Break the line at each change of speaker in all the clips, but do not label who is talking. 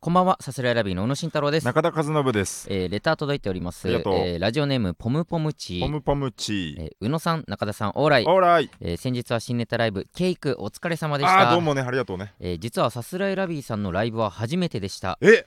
こんばんは、サスライラビーの小野慎太郎です。
中田和信です。
えーレター届いております。
ありがとう
えーラジオネームポムポムチー
ポムポムチー。
えー宇野さん、中田さん、オーライ。
オーライ。
えー先日は新ネタライブ、ケイクお疲れ様でし
ああー、
た
どう。もね、ありがとうね。
えー実はさすらいラビーさんのライブは初めてでした。
え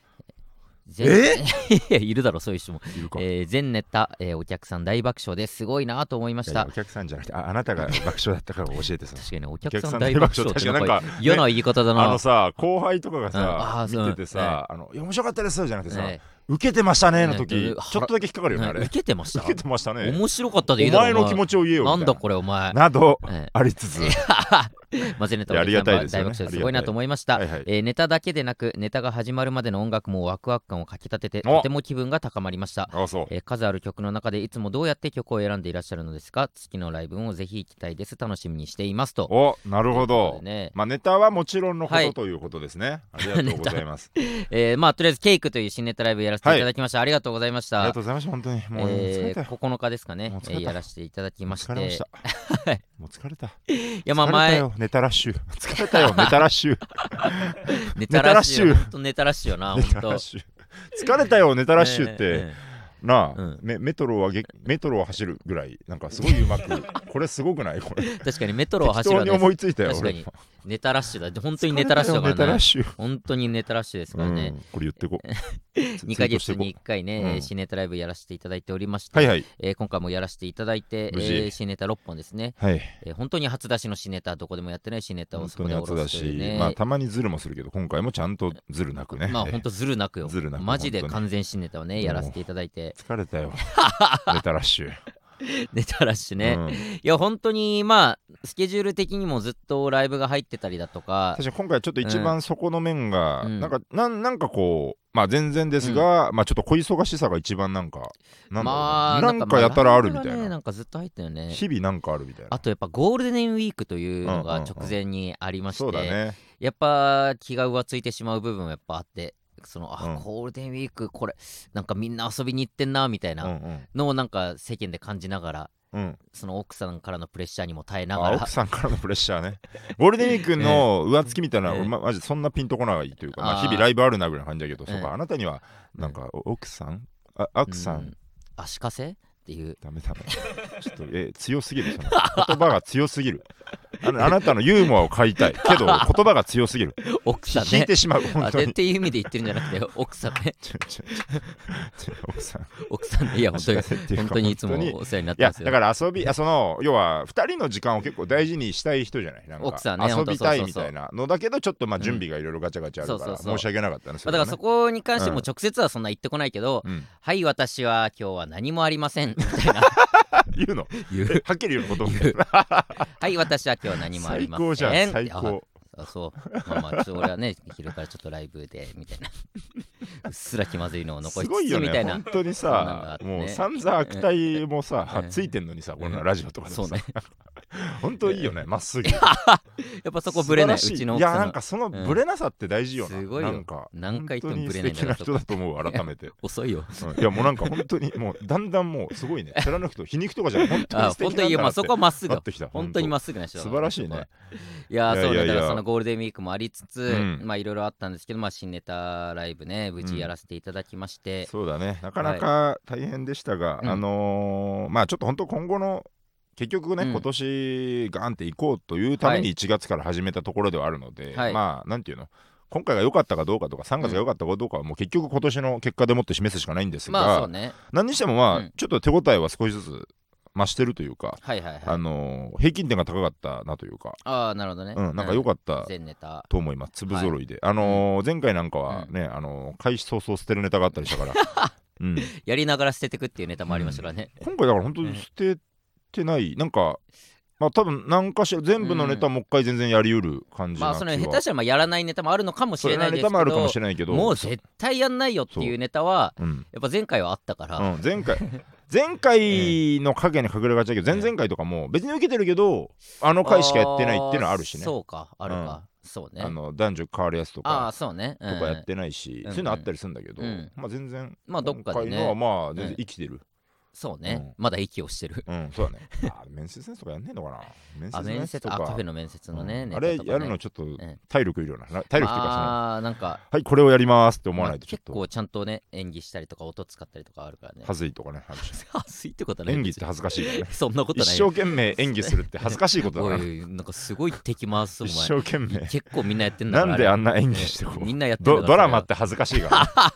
全 いやいるだろ、そういう人も。
いるか。
えー全ネタ、えーお客さん大爆笑ですごいなと思いまし
いやい
た
やお。客さんじゃなくてああなたが爆笑だったから教えてさ
確かにねお
客
客さ
さ
ん
ん
大
大
爆
爆
笑っ
笑
て
確かに
なん
なん
か
か
嫌な言い方だ
あの
な。
さ後輩とかが
うんあ
さ、
ー
見ててさ、あのいや面白かったですよじゃなくてさ、
ね
受けてましたねの
ね
時、
で
ちょっとだけ引っかかるよね
ね
あれ、
受けてました
受けてましたね
面白かったでいい
お
だろ
前の気持ちを言えよみたい
なんだこれお前。
など
ええ
ありつつ
マゼネタ
いやありがたい
大
で
爆
すよ
笑
ね
ですごいなと思いました、
ありがたいはい
えーネタだけでなくネタが始まるまでの音楽もワクワク感をかき立てて
お
とても気分が高まりました、
ああそう
えー数ある曲の中でいつもどうやって曲を選んでいらっしゃるのですか月のライブをぜひ行きたいです楽しみにしていますと
おなるほ
というこ
ど
と、でね
まあネタはもちろんのこと、
はい
ということですねありがとうございます
えーまあとりあえずケイクという新ネタライブやらせていただきました、ありがとうございまし
ありが
た
とうございました本当にもう疲
え
れ
ー
たよ、
9日ですかね
もう疲
え
れ
ー
た
やらせていただきまして
疲れまし
い
たもう疲れた
やまあ
疲れた
前
よネタラッシュ 疲れたよネタラッ シュ
ネタ
タ
ら
ラッ
し
シ
い
ュ
よほんとネタらしいよなほん
ネタラッ
と
シュ疲れたよネタラッシュって、
え
なあ、
うん
メメトロはげメトロを走るぐらいなんかすごいう まくこれすごくないこれ
ー確かにメトロを
適
走る
当
わ
に
ね
思いついたよ
確か
俺
にネタラッシュだ本当にネタラッシュだ
ネタ
から
ラッ
ね
シュ、
本当にネタラッシュですからね、
うんこれ言ってこ ツ
2ヶ月
ツイートして
に
こ
1回ね、えー
うん
新ネタライブやらせていただいておりまして、
はいはい
えー今回もやらせていただいて、え
無事
ー新ネタ6本ですね、
はい
えー本当に初出しの新ネタどこでもやってない新ネタを
本
そ
当
こ
に
で
やつ
下
だ
ろすと
し
いう、ね
まあたまにズルもするけど今回もちゃんとズルなくね、
まあ
ええ
本当ずるなくよ
ずるなく
マジで
本当に
完全新ネタをねやらせていただいて
疲れ たよネタラッシュ
ネタラッシュね、
うん
いや本当にまあスケジュール的にもずっとライブが入ってたりだとか
確かに今回ちょっと一番そこの面が、
うん
なんかなんなんかこうまあ全然ですが、まあちょっと小忙しさが一番なんかなんだろう
まあ
ななんかやたらあるみ
ラ
た
イ
い
ブがね
な、
なんかずっと入ったよね
日々なんかあるみたいな
あとやっぱゴールデンウィークというの
うん
が
うんうん
直前にありまして、
そうだね
やっぱ気が浮ついてしまう部分はやっぱあってそのあ、
うん
ゴールデンウィークこれなんかみんな遊びに行ってんなみたい
うん
なのをなんか世間で感じながら
うんうん
その奥さんからのプレッシャーにも耐えな
あ
がら
奥さんからのプレッシャーねゴールデンウィークの上付きみたい な、
ええ
俺まマジそんなピンとこないというか、ま
あ
あ、
ー
日々ライブあるなぐらいな感じだけど、そう
ええ
かあなたにはなんかお奥さんあ奥さ
う
ん、
ん足かせって いう
ダメダメちょっとえ強すぎるその言葉が強すぎるあのあなたのユーモアを買いたいけど言葉が強すぎる
奥さん
引い
ね
てしまう
あ
本当
でっ
に
ていう意味で言ってるんじゃな くて奥さんね
ちょちょちょ奥さん
奥さん ねいや本当に
足かせっていうか
本当にいつも
本当に
お世話になっ
い
て
や
ますよ
だから遊びあその要は2人の時間を結構大事にしたい人じゃないなんか
奥さんね本
遊びたい
当
み
そうそうそう
たいなのだけどちょっとまあ準備がいろいろガチャガチャある
そ
か
うそ
ら
うそう
申し訳なかったね
まあだからそ
こ
こに関しても
うん
直接はそんな言ってこないけど、
うん、
はい私は今日は何もありません みたいな
言うの
言う
えはっきり言うのこと
はい私は今日は何もあり
最
ません
高じゃん最高
ああそうまあまあちょっと俺はね 昼からちょっとライブでみたいなうっすら気まずいのを残
す
し
ごい
つ
よ
つみた
ね
いな、
本当に
そうなんだっ
さ
てね
もう散々悪態も
え
さ
え
ついてんのにさこんなラジオとかで
そう
もさ
ね
本当いいよねまっすぐ
やっぱそこブレないう
素晴らし
ちの
い
奥
や
さん
なん
の
かそのブレなさって大事よな、
うんすごいよ
なんか
何回言ってもブレないんだ
本当
から
に素敵な人だと思う改めて、
遅いよ
うんいやもうなんか本当にもうだんだんもうすごいね貫くと皮肉とかじゃない本当に
あ
素敵
本
なん
当
だ
にいやま
な
あ
って
そこはまっすぐ
な
よ
ってきた
本当にまっすぐな人だ
素晴らしいね
いやーそう
い
ね
やい
だか
やいや
らそのゴールデンウィークもありつつ、
うん
まあいろいろあったんですけどまあ新ネタライブね無事やらせていただきまして、
そうだねなかなか大変でしたが、
うん
あのーまあちょっと本当今後の結局ね、
うん
今年ガンって行こうというために1月から始めたところではあるので、
はい
まあなんていうの今回が良かったかどうかとか3月が良かったかどうかはもう結局今年の結果でもって示すしかないんですが、
まあそうね
何にしてもまあ、
うん
ちょっと手応えは少しずつ増してるというか、
はいはいはい
あのー平均点が高かったなというか、
ああなるほどね
うん、なんか良
っ
かった
全ネタ
と思います粒揃いで、あのー前回なんかはね、あのー開始早々捨てるネタがあったりしたから、 うん、
やりながら捨ててくっていうネタもありましたからね、
今回だから本当に捨ててない、なんかまあ多分何かしら全部のネタもう一回全然やりうる感じ
ま
な
あ
気
そ
は、
の下手したらまあやらないネタもあるのかもし
そ
れ
れ
な
ない
で
ネ
す
タ
け
もあるか
ど
もしれないけど
もう絶対やんないよっていうネタは
うん
やっぱ前回はあったから、
うん、前回 前回の影に隠れがちだけど前々回とかも別に受けてるけどあの回しかやってないっていうのはあるしね
ーそうかあるか、そうね
あの男女変わるやつと
ああ
か
そうね、う
と
ん
かやってないし、
うん
そういうのあったりするんだけど、
うん
まあ全然
まあどっかで
今回のは
ね
まあ全然生きてる、
そうね、
うん
まだ息をしてる
うん、そうだね。あー面接戦とかやんねえのかな面
あ
接の
面
やつ
接
と
あ
か。
カフェの面接のね、
うん
ネ
あ
タとか
れ
ね
やるのちょっと
ええ
体力いるよな。な体力っていうかその、
あーなんか
はい、これをやりますって思わ
ま
な
あ
いとちょっ
結
と、
構ちゃんとね演技したりとか音使ったりとかあるからね
恥ずいとかね。あるし
恥ずいってことはない
演技って恥ずかしいからね。
そんなこと
一
ない
生懸命演技するって恥ずかしいことだ
お。
ない
おいなんかすごい敵回すお
一
前
生懸命。
結構みんなやってんだ
なんであ
なん
な演技してこう
み。んなやってんだ
ド
から
ドラマって恥ずかしい から、ね。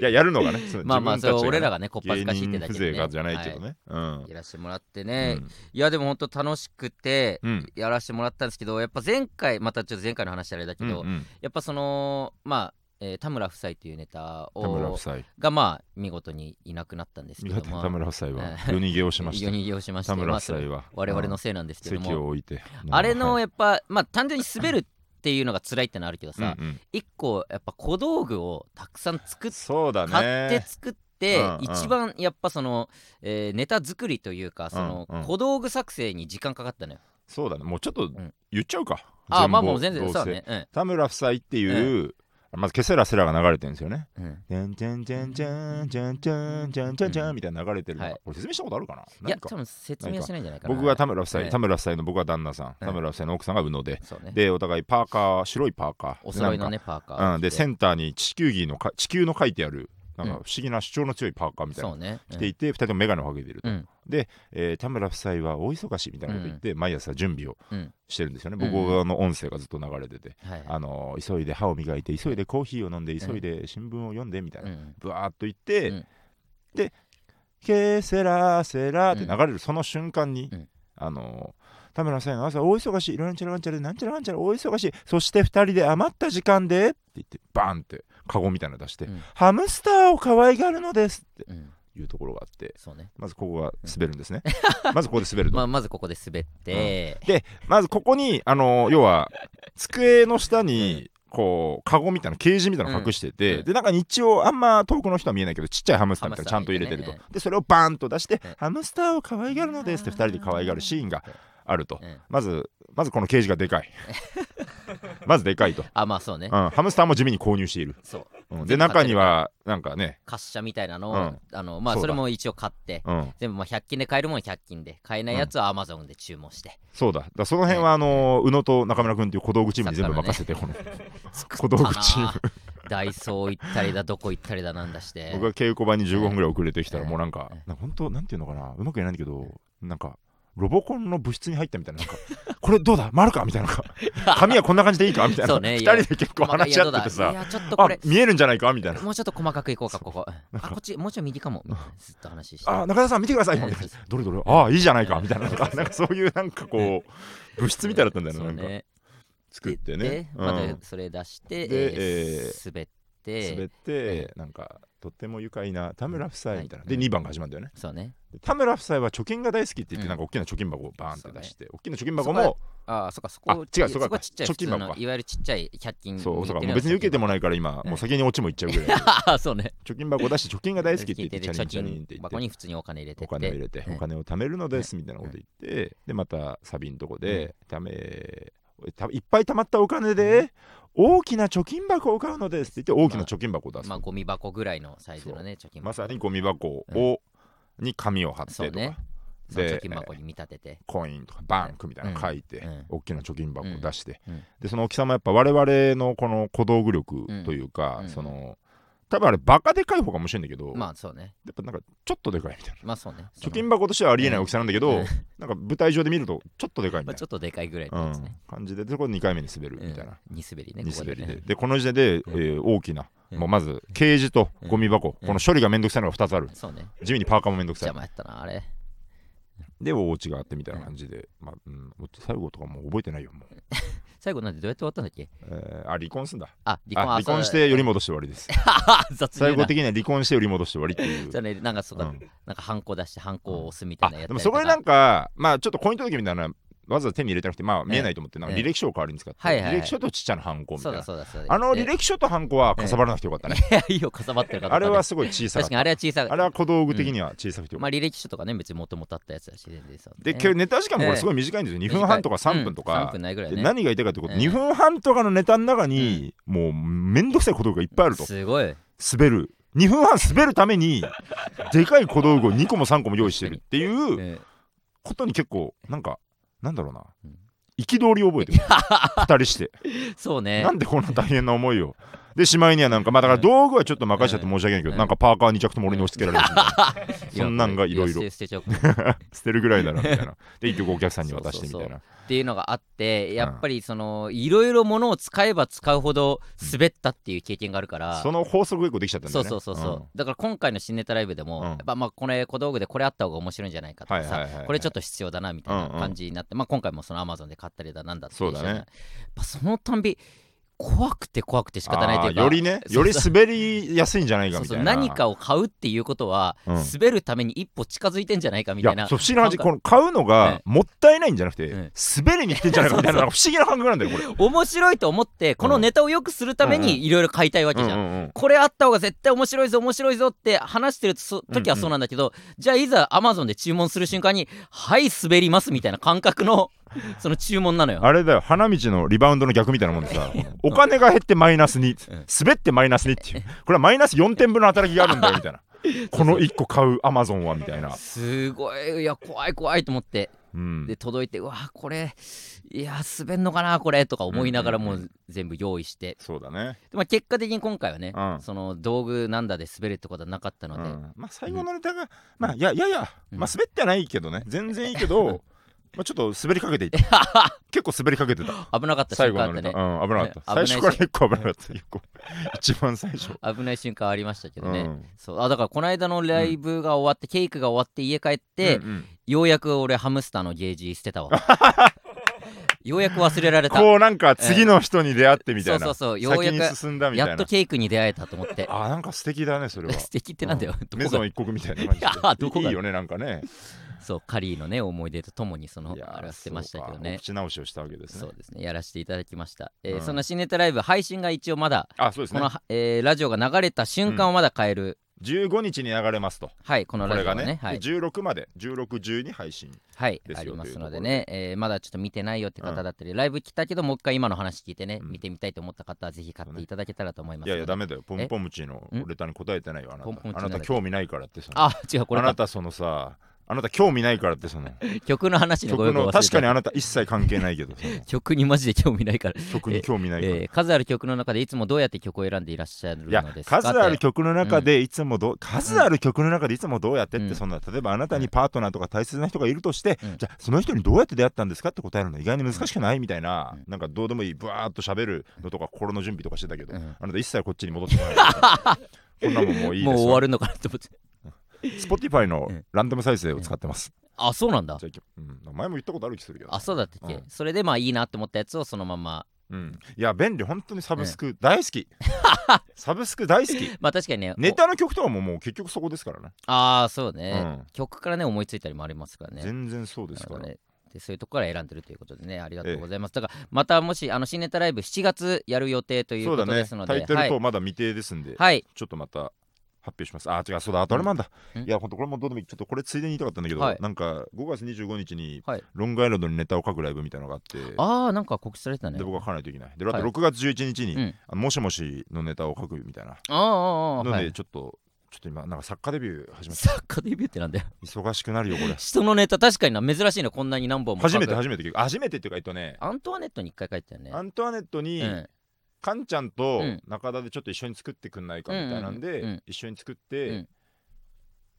いや、やるのがね。その
まあまあそ
自分
れ
た
は俺らが
ちがね
ねこっぱず
芸
かしいって
人
だけ
風
で、ね、
情がじゃないけどね。
はい、やらせてもらって
うん。
ね、いやでも本当楽しくて
うん。うん。
やらせてもらったんですけどやっぱ前回またちょっと前回の話あれだけ
うん
ど、
うん。
やっぱそのまあ、えー田村夫妻というネタ
田村
を
夫妻。
がまあ見事にいなくなったんですけ
見事
ど
に
も
田村夫妻は
ええ
夜逃げをしまし
世
た。
に利用しまして
田村夫
まあ
妻
それ
は。
我々
うん
のせいなんですけど
席
も
を置いて。
あれの
や
やっぱまあ単純に滑るっていうのが辛いってのはあるけどさ、一個やっぱ小道具をたくさん作っ
そうだね。
買って作って、
うんうん
一番やっぱその、えーネタ作りというかその、
うんうん
小道具作成に時間かかったのよ。
そうだね。もうちょっと
ん
言っちゃうか。
あ
全
まあ
貌
もう全然
ど
そう
せ
だね。うん
田村夫妻っていう、まずケセラセラが流れてるんですよね。
うん
じゃんじゃんじゃんじゃんじゃんじゃんじゃんじゃんじゃんみたいな流れてるのが。
はい
俺説明したことあるかない
や
何か
多分説明はしてないんじゃないかな
僕が田村夫
ええ
妻、田村夫妻の僕が旦那さん、
ええ
田村夫妻の奥さんが宇野で、
そうね
で、お互いパーカー、白いパーカー。
お揃いの
なん
ねパーカ
か。
ー
うん、で、センターに地球儀のか、地球の書いてある、なんか
うん
不思議な主張の強いパーカーみたいな
そうね
の着ていて、二人とも眼鏡をかけていると
う。ん
えー田村夫妻は大忙しみたいなこと言って、毎朝準備を
うん
してるんですよね。
うん
僕の音声がずっと流れてて。
はいはい
あの急いで歯を磨いて急いでコーヒーを飲んで急いで新聞を読んでみたいうな、
ん
ぶわーっと言って、
うん
で「ケーセラーセラ」って流れるその瞬間に、
うん
あの田村さんの朝大忙しいなんちゃらなんちゃらでなんちゃらなんちゃら大忙しいそして2人で余った時間でって言ってバーンってカゴみたいなの出して、
うん
ハムスターを可愛がるのです」って
うん
いうところがあって
そうね
まずここが滑るんで すね、まずここで滑ると、
まあまずここで滑って
でまずここにあの要は机の下にこうカゴみたいなケージみたいなの隠してて、
うんうん
でなんか一応あんま遠くの人は見えないけどちっちゃいハムスターみたいなのちゃんと入れてると、
ハムスターみたいな
でそれをバーンと出して、
うん
ハムスターを可愛がるのですって2人で可愛がるシーンがあると、
うん
まずまずこのケージが でかいまずでかいと、
あまあそうね
うん、ハムスターも地味に購入している、
そう
うん、で中にはなんかね、
滑車みたいな
う
のを
ん
あのまあ
そうだ
それも一応買って
うん、
全部まあ100均で買えるもんは100均で買えないやつは Amazon で注文して
そうだだからその辺はあの宇野と中村君っていう小道具チームに全部任せて、この 小道具チーム
ムダイソー行ったりだどこ行ったりだなんだして
僕が稽古場に15分ぐらい遅れてきたら
ええ
もうなんか
ええ
なんか本当なんていうのかなうまく言えないんだけどなんかロボコンの部室に入ったみたいななんか これどうだ丸か みたいななんか髪はこんな感じでいいかみたい
そ
な
うね
2
いや
人で結構
細かい
話し合ってて
い
さ
やちょっとこ
あ
れ
見えるんじゃないかみたいな
もうちょっと細かくいこうかここあこっちもうちょい右かもみたいなずっと話して
あ中田さん見てくださいみたいな
そうそう
どれどれああいいじゃないかみたいななんかなんかそういうなんかこう物質みたいだったんだよ
そう
ねなんか
ね
作ってね
で
うん
またそれ出して
で
え
え
ー滑っ
滑っててなんかとっても愉快な田村夫妻みたいな
はい
で2番が始まるんだよね
そうね
で田村夫妻は貯金が大好きって言っ
うん
てなんか大きな貯金箱をバーンって出して大きな貯金
そ
箱
こは
も
あそっかそ
あ
こ
違
そ
うそ
こ
こ
は
は
ちっちゃい普
貯金
通
箱か
のいわゆるちっちゃい100均
そう、そ
入
うか、もう
れる
別に受けても
よ
ないから今、
ええ
もう先に落ちもいっちゃう ぐらい。
うなあそうね
貯金箱出して、貯金が大好きって言って、チャリ
貯
ンチャリンって
金
言っ
箱
て、
に普通にお金入れて
お
って
金を入れて
ええ、
お金を貯めるのですみたいなこと言って、で、またサビのとこで、貯め、たいっぱい貯まったお金で、大きな貯金箱を買うのですって言って、大きな貯金箱を出す
まあ。ゴミ箱ぐらいのサイズのね貯金箱
まさにゴミ箱を、に紙を貼って
そう
と
ね
か、
その
で
貯金箱に見立てて
コインとかバンクみたいなの書いて
うんうん、
大きな貯金箱を出して
うんうん、
で、その大きさもやっぱ我々のこの小道具力という
う
か
んうん、
その、多分あれバカでかい方かもしれんだけど、
まあそうね
やっぱなんかちょっとでかいみたいな。
まあそうねそ
貯
の
金箱としてはありえない大きさなんだけど、
うん
なんか舞台上で見るとちょっとでかいみ
ま
た
あ
い
ちょっとでかいぐらい
な、
のやつね
うん、感じででこれ2回目に滑る
うん
みたいな、
二滑りね
二
ここ
滑りで
ね
でこの時点で、えー大きな、
うん
もうまずケージとゴミ箱、
うん
この処理がめんどくさいのが2つある
そうね
地味にパーカーもめんどくさい
邪魔やったなあれ
でお家があってみたいな感じで、まあうん、もう最後とかもう覚えてないよもう、
最後なんでどうやって終わったんだっけ
えーあ離婚すんだ
あ離婚
あ
あ
離婚し
そう
て寄り戻して終わりです
だ 雑
最
に言う
後
な
的には離婚して寄り戻して終わりっていう
じゃあねなんかそうか
うん
なんかハンコ出してハンコを押すみたい
あ
なやつ
でもそこでなんかまあちょっと婚姻届みたいなのわざわざ手に入れてなくてまあ見えないと思ってなんか
ええ
履歴書を代わりに使って、
はいはいはい
履歴書とちっちゃなハンコみた
そ
いうな
だそうだそうだ
あの履
で
歴書とハンコはかさばらなくてよかった ね。
いやいいよかさばってるから
あれはすごい小さか
確
っ
かにあれは小さ
た。あ
い
れは小道具的には小さくてよか
ま
っ
あ履歴書とかね別にもともとあったやつだし全然そう
た。で、
ね
今日ネタ時間もこれすごい短いんですよ。2分半とか
短い
3分と
うん
か
3。分ないぐらい
で
ね
何が言いたいかってこと、
ええ
2分半とかのネタの中に、もうめんどくさい小道具がいっぱいあると。
すごい
滑る、 2分半滑るためにでかい小道具を2個も3個も用意してるっていう
え
ことに結構なんかなんだろうな
うん
憤りを覚えてる2人して
ーそう ね
なんでこんな大変な思いをでしまいにはなんかまあだから道具はちょっと任せちゃって申し訳ないけどなんかパーカー2着とも俺に押し付けられるみたいな そんなんがいろいろ
や捨て捨てちゃおう
捨てるぐらいならみたいなで結局お客さんに渡してみ たいな
っていうのがあってやっぱりそのいろいろものを使えば使うほど滑ったっていう経験があるから、
その法則が一個できちゃったんだ
そ
よ
う
ね
そうそうそう、だから今回の新ネタライブでも、
うん
やっぱまあこれ小道具でこれあった方が面白いんじゃないかとかさ、
はいはいはいはい
これちょっと必要だなみたいな感じになって、まあ、今回もそのアマゾンで買ったりだなんだって
そうだね
やっぱそのたんび怖くて怖くて仕方ないというか
あーよりね
そうそ
よ
う
り滑りやすいんじゃないか
そう
み
そ
た
う
いな
何かを買うっていうことは、
うん
滑るために一歩近づいてんじゃないかみ
い
たいな
やそう不思議な話
感覚
この買うの
え
が
え
もったいないんじゃなくて、
え
滑りに来てんじゃないかみたい ななんか不思議な感覚なんだよこれ。
面白いと思ってこのネタを良くするため
うん
にいろいろ買いたいわけじゃん、
うんうんうん
これあった方が絶対面白いぞ面白いぞって話してるそ時は
うんうん
そうなんだけど、じゃあいざアマゾンで注文する瞬間に「はい滑ります」みたいな感覚のその注文なのよ。
あれだよ花道のリバウンドの逆みたいなもん でさお金が減ってマイナス
う
に
ん
滑ってマイナスにっていうこれはマイナス4点分の働きがあるんだよみた いなこの1個買うアマゾンはみたいな、
すごいいや怖い怖いと思って
うん
で届いてうわこれいや滑んのかなこれとか思いながらも
うんう
う全部用意して、
そうだね、
でまあ、結果的に今回はね、
うん
その道具なんだで滑るってことはなかった
う
ので、
ん、まあ最後のネタが、まあいややや、
うん
まあ、滑ってはないけどね全然いい けどまあちょっと滑りかけていった結構滑りかけてた
危なかった
最
瞬
後
間あ
の
っ
ネ
た
タ、
ね
うん、危なかった。
ね
最初から結構危なかった。結構一番最初。
危ない瞬間ありましたけどね、
うん
そうあだからこの間のライブが終わって、ケイクが終わって家帰って、
うんうん
ようやく俺ハムスターのゲージ捨てた わようやく忘れられた
こうなんか次の人に出会ってみたいな。
そうそうそうようやく
先に進んだみたいな。
やっとケイクに出会えたと思って
あなんか素敵だねそれは。
素敵ってなんだよ、ど
メ
こ
ゾン
が
一国みたいな感じで
いやどこが
いいよねなんかね。
そうカリーのね思い出とともにその
いやー
あらせてましたけど
そう
ね
か口直しをしたわけです
そ
ね
う。ですねやらせていただきました、えー
うん
その新ネタライブ配信が一応まだ
あそうです
こ
ね
の、。えーラジオが流れた瞬間はまだ変える、
15日に流れますと。
はいこの
こ
ラジ
れ
オは
が
ね
ね。
はい
で16まで16、12配信。
はい、
です
あり
よ
ますので
とい
ね、えーまだちょっと見てないよって方だったり、ライブ来たけど、もう一回今の話聞いてね、
うん
見てみたいと思った方は、ぜひ買っていただけたらと思います
い
の
や
で。
いやダメだよ。ポンポムチの
えん
レターに答えてないよあな
ポンポムチ
た。あ
な
な
んだ
た
っけ
興味ないからってさ。
あ、違う、こ
あ
れか
なたそのさ。あなた興味ないからってその。
曲の話にご
曲
用意
の
を忘れ
確かに
た。
あなた一切関係ないけど その
曲にマジで興味ないから、
曲に興味ないから、
えー数ある曲の中でいつもどうやって曲を選んでいらっしゃる
いや
のですか
数ある
って
曲の中でいつもどう、数ある曲の中でいつもどうやってって、
うん
そんな例えばあなたにパートナーとか大切な人がいるとして、
うん
じゃあその人にどうやって出会ったんですかって答えるの意外に難しくないみたいな、
うん
なんかどうでもいいブワーっと喋るのとか心の準備とかしてたけど、
うん
あなた一切こっちに戻ってこな いから。こんなもんもういいですよ。
もう終わるのかなと思って。
Spotify の
うん
ランダム再生を使ってます。
あ、そうなんだ
じ。ゃあいきうん前も言ったことある気するけど。
あ、そうだったっけ、
うん
それでまあいいなって思ったやつをそのまま。
うん、いや便利本当にサブスク大好き。サブスク大好き。
まあ確かにね、
ネタの曲とかももう結局そこですからね。
おああ、そうね、
うん
曲からね、思いついたりもありますからね。
全然そうですか
なる
ら。
ほどねでそういうところから選んでるということでねありがとうございます、だからまたもしあの新ネタライブ7月やる予定という
そう
こ
だ
とで
ね
すの。で
タイトル
は
と
い、
まだ未定ですんで、
はい
ちょっとまた発表します。あ、違う、そうだ、あとあれもあんだ。
ん
いや、本当これもどうでもいい。ちょっとこれついでに言いたかったんだけど、
はい
なんか5月25日に
はい
ロングアイランドにネタを書くライブみたいなのがあって、
ああなんか告知されてたね
で僕は書かないといけない。で、あと
はい
6月11日に、
うん
あのもしもしのネタを書くみたいな。
ああああああ
なの
は
で、
い
ちょっと、ちょっと今、なんか作家デビュー始まった。
作家デビューってなんだよ
忙しくなるよ、これ。
人のネタ確かにな珍しいなこんなに何本も
初め
書
て、
く
初めて。初めてっていうか、えっとね、
アントワネットに一回書いてたよね
アントワネットに、
うん
カンちゃんと
うん
中田でちょっと一緒に作ってくんないかみたいなんで、
うんうんうん
一緒に作って、
うん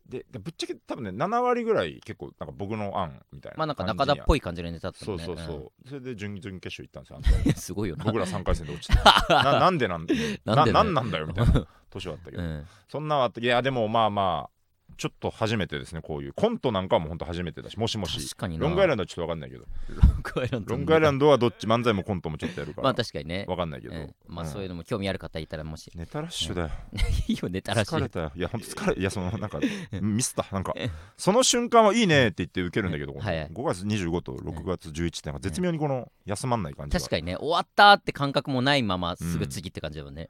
ででぶっちゃけ多分ね7割ぐらい結構なんか僕の案みたいな
まあなんか中田っ
い
ぽい感じのネタだった
そ
も
うん
ね
そうそう、
ん
それで準々決勝行ったんですよあ ん
い
た
やすごいよな
僕ら3回戦で落ちて ななんでなん
な
なん
でだよ
なんなんだよみたいな年はあったけ
う
ど、
ん、
そんなのあったいやでもまあまあちょっと初めてですねこういうコントなんかはもうほんと初めてだしもしもし
確かにな
ロングアイラ
ン
ンドはちょっと分かんないけど
ドロングアイランド
ロングアイラ
ン
ンドはどっち漫才もコントもちょっとやるか
まあ
ら
確かにね、
分かんないけど、
うん、まあ
うん
そういうのも興味ある方いたらもし
ネタラッシュだよ
いいよネタらしい
疲れたよいや本当疲れいやそのな んかミスったなんかその瞬間はいいねって言って受けるんだけど、
うんはいはい
5月25と6月11ってなんか絶妙にこの休まんない感じが
確かにね終わったって感覚もないまますぐ次って感じだもんね、はい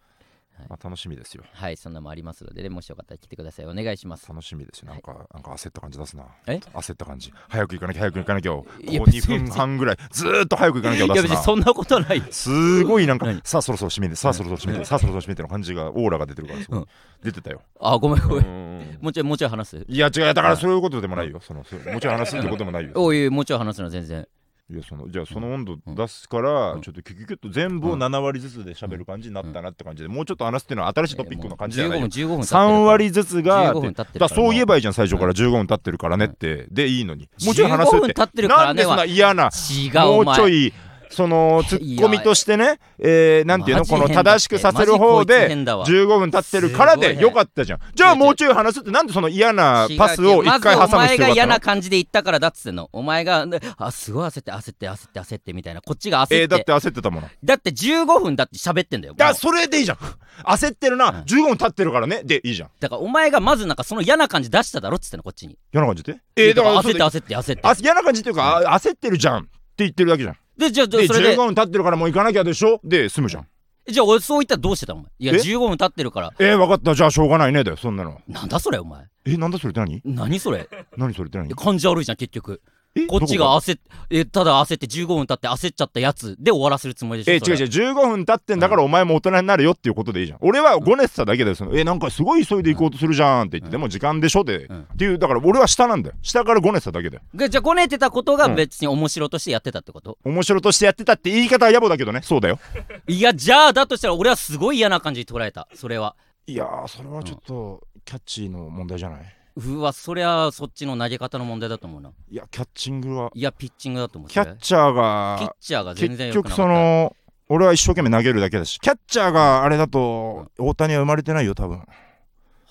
まあ、楽しみですよ
はいそんなもありますのでねもしよかったら来てくださいお願いします
楽しみですよなんか、なんか焦った感じ出すな
え
焦った感じ早く行かなきゃ早く行かなきゃこう
いや
2分半ぐらいずーっと早く行かなきゃを
い
出
や
す
別に
な
そんなことないよ
すごいなんか
何
さあそろそろ閉めるさあそろそろ閉めるさあそろそろ閉めての感じがオーラが出てるからすごい
うん
出てたよ
あごめんごめん
うん
もうちょいもうちょい話す
いや違うだからそういうことでもないよそのそれもちろん話すってことでもないよ
おいおいもうちょい話すの全然
いやそのじゃあその温度出すから、
うん
ちょっとキュキュキュッと全部を
うん
7割ずつで喋る感じになったなって感じで、もうちょっと話すっていうのは新しいトピックの感じじゃ
15
ないよ
分15分経ってるから
3割ずつが
15分経ってる
だからそう言えば
い
いいじゃん最初から15分経ってるからねって、でいいのにもうちょい話す
15
っ
分
て
経ってるから
なんで
ね
そんな
は
嫌な
違う
も
お
うちょ
前
いそのツッコミとしてね、えー、なんていうの
マジ
こ
変だ
の
って
正しくさせる方
マジこいつ
で
変だわ
15分経ってるから
すごい
で
ね
よかったじゃんじゃあもうちょい話すってなんでその嫌なパスを1回挟む
まずお前
必
が
要だ
嫌
ったの
な感じで言ったからだっつってんのお前がねあすごい焦って焦って焦って焦ってみたいなこっちが焦って、
えー、だって焦ってたもの
だって15分だって喋ってんだよも
だか
う
らそれでいいじゃん焦ってるな、
ん
15分経ってるからねでいいじゃん
だからお前がまずなんかその嫌な感じ出しただろっつってんのこっちに
嫌な感じでえー、だから
焦って
そう
焦って焦って
あ嫌な感じっていうか、あ焦ってるじゃんって言ってるだけじゃん
でじゃあ
で
それで
15分経ってるからもう行かなきゃでしょで済むじゃん
じゃあ俺そう言ったらどうしてたのお前いや
え
15分経ってるから
えー、分かったじゃあしょうがないねだよそんなの
なんだそれお前
えなんだそれって何
何それ
何それって何
感じ悪いじゃん結局
え
こっち
ど
が焦っえただ焦って15分経って焦っちゃったやつで終わらせるつもりでしょ
えー違う違
う
う15分経ってんだからお前も大人になるよっていうことでいいじゃん俺はごねてただけだよそのえーなんかすごい急いで行こうとするじゃんって言ってでも時間でしょで
うん
っていうだから俺は下なんだよ下からごねてただけだよ
じゃあごねてたことが別に面白としてやってたってこと、
面白としてやってたって言い方は野暮だけどねそうだよ
いやじゃあだとしたら俺はすごい嫌な感じに捉えたそれはい
やーそれはちょっとキャッチーの問題じゃないう
わそりゃそっちの投げ方の問題だと思うない
やキャッチングはい
やピッチングだと思う
キャッチャー
それピッ
が
チャーが全然
結
良く
局
な
そ
かっ
の俺は一生懸命投げるだけだしキャッチャーがあれだと大谷は生まれてないよ多分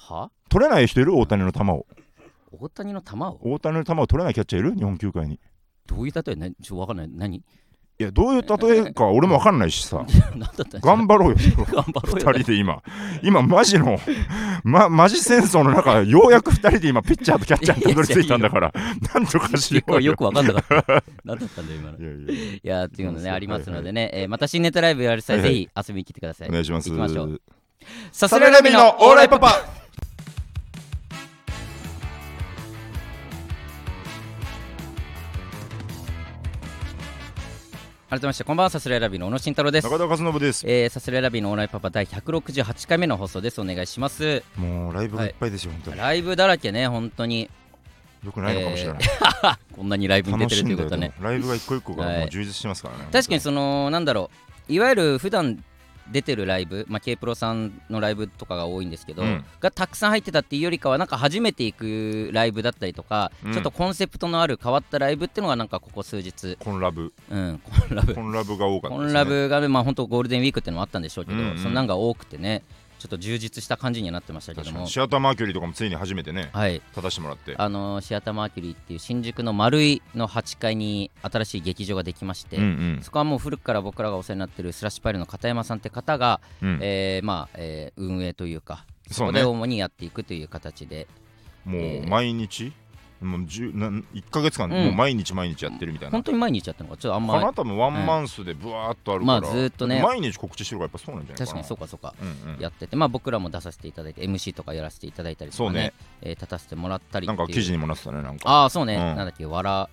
たは
取れない人いる大谷の球を
大谷の球を
大谷の球を取れないキャッチャーいる日本球界に
どういう例えねちょっとわかんない何
いやどういう例えか俺も分かんないしさ
何だったんですか
頑張ろうよそれは
頑張ろうよ
二人で 今今マジの、ま、マジ戦争の中ようやく二人で今ピッチャーとキャッチャーにたどり着いたんだからなんとか
結
しよう
構よ
よ
くわかんなか った何だったんだよ今の
いやいや
いやーっていうのね
うん
ありますのでね、えーまた新ネタライブやる際、
はいはい
ぜひ遊びに来てください
お願いします
行きましょう
さ
さ
すがラビのオーライパパ
改めましてこんばんはさすらいラビの小野慎太郎です
中田和信です
えー、さすらいラビのオーライパパ第168回目の放送ですお願いします
もうライブがいっぱいですよ本当に
ライブだらけね本当に
よくないのかもしれない
こんなにライブに出
楽
て
し
る
ん
と
だ
いう
よ
ことね
でもライブが一個一個が
は
もう
い
充実してますからね
確かにそのなんだろういわゆる普段出てるライブ、まあ、K プロさんのライブとかが多いんですけど、
うん
がたくさん入ってたっていうよりかはなんか初めて行くライブだったりとか、
うん
ちょっとコンセプトのある変わったライブっていうのがなんかここ数日、
コンラブ
うん、コンラブ
コンラブが多かった
コ
ですね
ンラブがね、まあ、本当ゴールデンウィークってのもあったんでしょうけど、
うんうん
そんなんが多くてねちょっと充実した感じにはなってましたけど
確か
も
にシアターマーキュリーとかもついに初めてね
はい
立たしてもらって
あのシアターマーキュリーっていう新宿の丸井の8階に新しい劇場ができまして、
うんうん
そこはもう古くから僕らがお世話になってるスラッシュパイルの片山さんって方が、
うん
えーまあえー運営というかそ
そう
こで
ね
主にやっていくという形で、
もう毎日もう10なん1か月間
うん
もう毎日毎日やってるみたいな
本当に毎日やったのかちょっとあん
かな
ま
多分ワンマンスでブワーっとあるから
まあずーっとね
毎日告知してるからやっぱそうなんじゃない
確
か
か
な
にそうかそうか
うんうん
やってて、まあ、僕らも出させていただいて MC とかやらせていただいたりとか
そう
ね
ね
えー立たせてもらったりっ
な
て
ん
いう
か記事にもなってたねなんか
ああそうね、
うん
なんだっけわら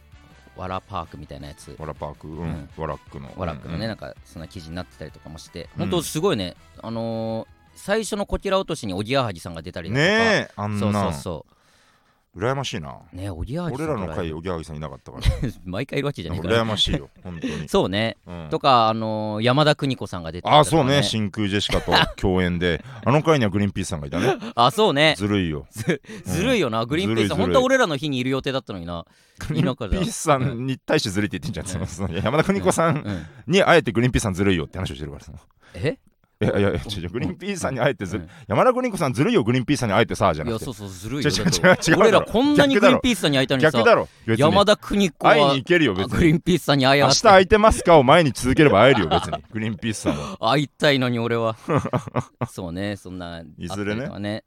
わらパークみたいなやつ
ワラパークうんんワラックの
ワラックのね、
うん
なんかそんな記事になってたりとかもして
うん
本当すごいね、あのー最初のこきら落としにおぎやはぎさんが出たりだとか
ねえあん
そうそ
な
うそ
羨ましいな
うねおぎやはぎさ
俺
ん
らの
とライ
会
ブ
おぎやはぎさんいなかったから
毎回いるわけじゃないから
羨ましいよ本 当に
そうね、
うん
とかあのー山田邦子さんが出てたりと
ああ
か
そうね真空ジェシカと共演 であの回にはグリーンピースさんがいたね
あそうね
ずるいよ
ずるいよなグリーンピースさん
ずるいずるい
本当は俺らの日にいる予定だったのにな
グリーン
田舎
ピ
だ
ースさんに対してずるいって言ってんじゃん、そのその山田邦子さ
うんん
にあえてグリーンピースさんずるいよって話をしてるからさ
え
いやいやいや違う違うグリーンピースさんにあえてずる、
うん
山田邦子さんずるいよグリーンピースさんにあえてさじゃ
い
な
や
くて
そうそうずるいよ
違う違う
だって
違う違う
俺らこんなにグリーンピースさんに会いたのに
逆
さ
だろ別に
山田邦子
会いに
は
行けるよ別
グリ
に
ーンピースさんに会いや
明
がっ
日
て
空いてますかを毎日続ければ会えるよ別 にグリーンピースさんは、
会いたいのに俺 はそうねそんなあったりとか
いずれね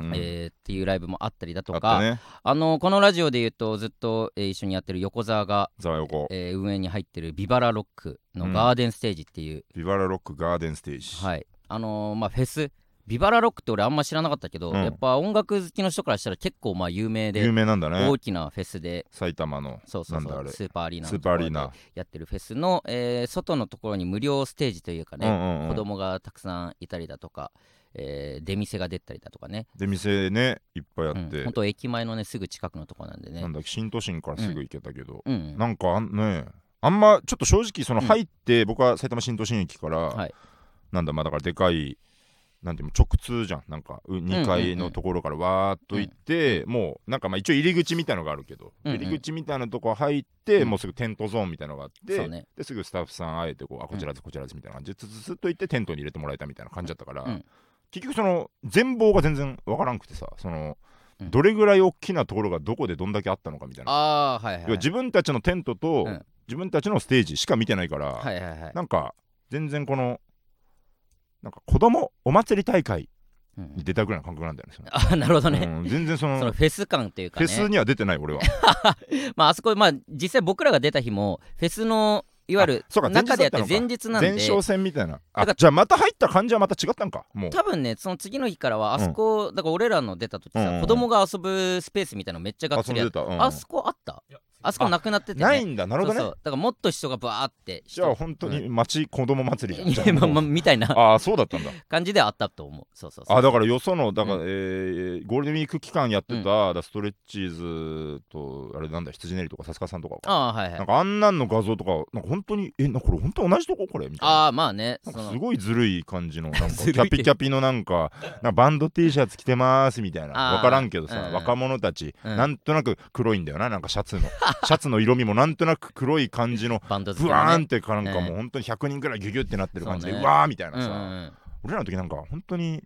うん
えーっていうライブもあったりだと
あっ
か
た
あ,、
ね
のこのラジオで言うとずっと、えー一緒にやってる横澤が、
ザワ横
えー運営に入ってるビバラロックのガーデンステージっていう、
ビバラロックガーデンステージ、
はいあのーまあフェスビバラロックって俺あんま知らなかったけど、
うん
やっぱ音楽好きの人からしたら結構まあ有名で
有名なんだね
大きなフェスで
埼玉の
そうそう
なん
そ
だあ
う
れ
スーパーアリーナの
スーパーアリーナ
ところでやってるフェスの、えー外のところに無料ステージというかね、
うんうんうん
子供がたくさんいたりだとか、えー出店が出たりだとかね、
で店ねいっぱいあっ
うん、
て、
本当駅前のねすぐ近くのところなんでね
なんだっけ新都心からすぐ行けたけど、
うんうん
なんかあんねあんまちょっと正直その
うん
入って、僕は埼玉新都心駅から、
はい
なんだまあだからでかいなんていうの直通じゃんなんかう2階のところからわーっと行って、もうなんかまあ一応入り口みたいのがあるけど、
うんうん
入り口みたいなとこ入って、
うん
もうすぐテントゾーンみたいのがあって、
そうね
ですぐスタッフさんあえてこうあこちらですこちらですみたいな感じでずずっと行ってテントに入れてもらえたみたいな感じだったから、
うん
結局その全貌が全然わからんくてさその、
うん
どれぐらい大きなところがどこでどんだけあったのかみたいな
ああはいはい
要は自分たちのテントと、
うん
自分たちのステージしか見てないから、
はいはいはい
なんか全然このなんか子供お祭り大会
うん
に出たぐらいの感覚なんだよねその
あーなるほどね、
うん全然その
そのフェス感というか
フ
ね
ェスには出てない俺は
まああそこまあ実際僕らが出た日もフェスのいわゆる
あそうか
中でやって
前
前
日
日な
な
んん
で
で
前哨戦みたいな
だ
あ
から
じゃあまた入った感じはまた違ったんかもう
多分ねその次の日からはあそこ、だから俺らの出た時さ、
うんうんうん
子供が遊ぶスペースみたいなのめっちゃがっつりあっ
遊んでた、うん
あそこあったあそこなくなってて、ね、
ないんだなるほどね
そうそうだからもっと人がバーって
じゃあ本当に町、子供祭りじゃんじゃ
いや
あ
まあ
もう
まあみたいな
ああそうだったんだ
感じではあったと思うそうそうそう
あだからよそのだから、
う
えーゴールデンウィーク期間やってた、
うん
だからストレッチーズとあれなんだ羊ねりとかさすがさんとかか
ああはいはい
なんかあんなんの画像とかなんか本当にえなんかこれ本当同じとここれみたいな。
ああまあね
な
そ
んか
の
すごいずるい感じのなんかキ
ずるい
ャピキャピのなんかなんかバンド T シャツ着てますみたいな
あー
分からんけどさ、
うんうん
若者たち、
うん
なんとなく黒いんだよななんかシャツのシャツの色味もなんとなく黒い感じの
バンド好き
ブ
の
ワーン
ね
ってかなんか
うん
もう本当に100人ぐらいギュギュってなってる感じでう,、
そうね
わーみたいな
うん
さ、
うんうん
俺らの時なんか本当に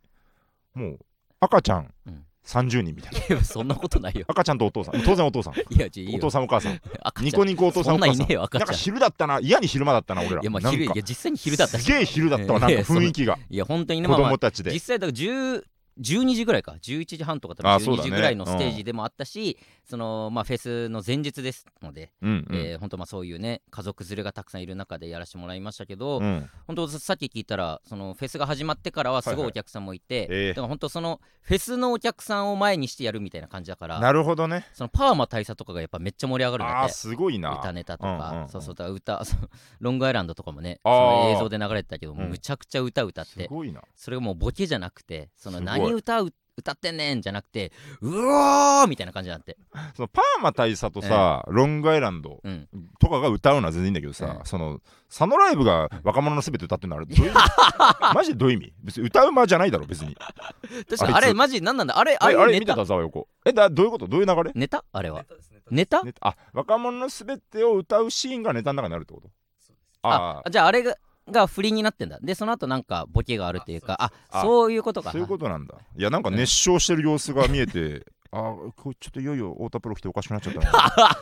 もう赤ちゃん
うん
30人みたいな、
いやそんなことないよ
赤ちゃんとお父さん当然お父さん
いやじゃあいい
お
よ
父さんお母 さん
赤ちゃん
ニコニコお父さ
そ
んお
んない
母さ
ね
ん
えよ赤
なん
ちゃ
か
ん
昼だったな嫌に昼間だったな俺ら
いやまあ
なんか
昼いや実際に昼だったし
すげえ昼だったわなんか
ええ
雰囲気が
いや本当にね
子
まあまあ
供たちで、
実際だから10 12時ぐらいか11時半とか多
あ
分
そう
12
だね
時ぐらいのステージでもあったしそのまあフェスの前日ですので、
うんうん
えー本当まあそういうね家族連れがたくさんいる中でやらせてもらいましたけど、
うん
本当さっき聞いたらそのフェスが始まってからはす
はい
ご
はいい
お客さんもいて、
ええ
だから本当そのフェスのお客さんを前にしてやるみたいな感じだから
なるほどね
そのパーマ大佐とかがやっぱめっちゃ盛り上がるんだ
あ
っ
あ
て
すごいな
歌ネタとか、
うんうんうん
そうそうだから歌 そうロングアイランドとかもねそ
あー
の映像で流れてたけど、
うん
むちゃくちゃ歌歌っ
す
て
ごいな
それがもうボケじゃなくてその
すご
何
い
歌う歌ってんねんじゃなくてうおーみたいな感じになって、
そのパーマ大佐とさ、ロングアイランド
うん、
とかが歌うのは全然いいんだけど
え
さ、その佐野ライブが若者のすべて歌ってるのあれどうい う意味マジでどういう意味別に歌うまじゃないだろ別に
確かに
あ
あ
いつ
れマジ何なんだあれあ
あ
れ
れ
あ
あ
れ
れ
ネ
見
タ
てたざわ横えだどういうことどういう流れ
ネタあれはネタ
ネタあ若者のすべてを歌うシーンがネタの中にあるってこと
あ
あ
じゃああれがが振りになってんだでその後なんかボケがあるっていうかあ
あ
そういうこと
あ
か
そういうことなんだいやなんか熱唱してる様子が見えて あこれちょっといよいよ太田プロ来ておかしくなっちゃった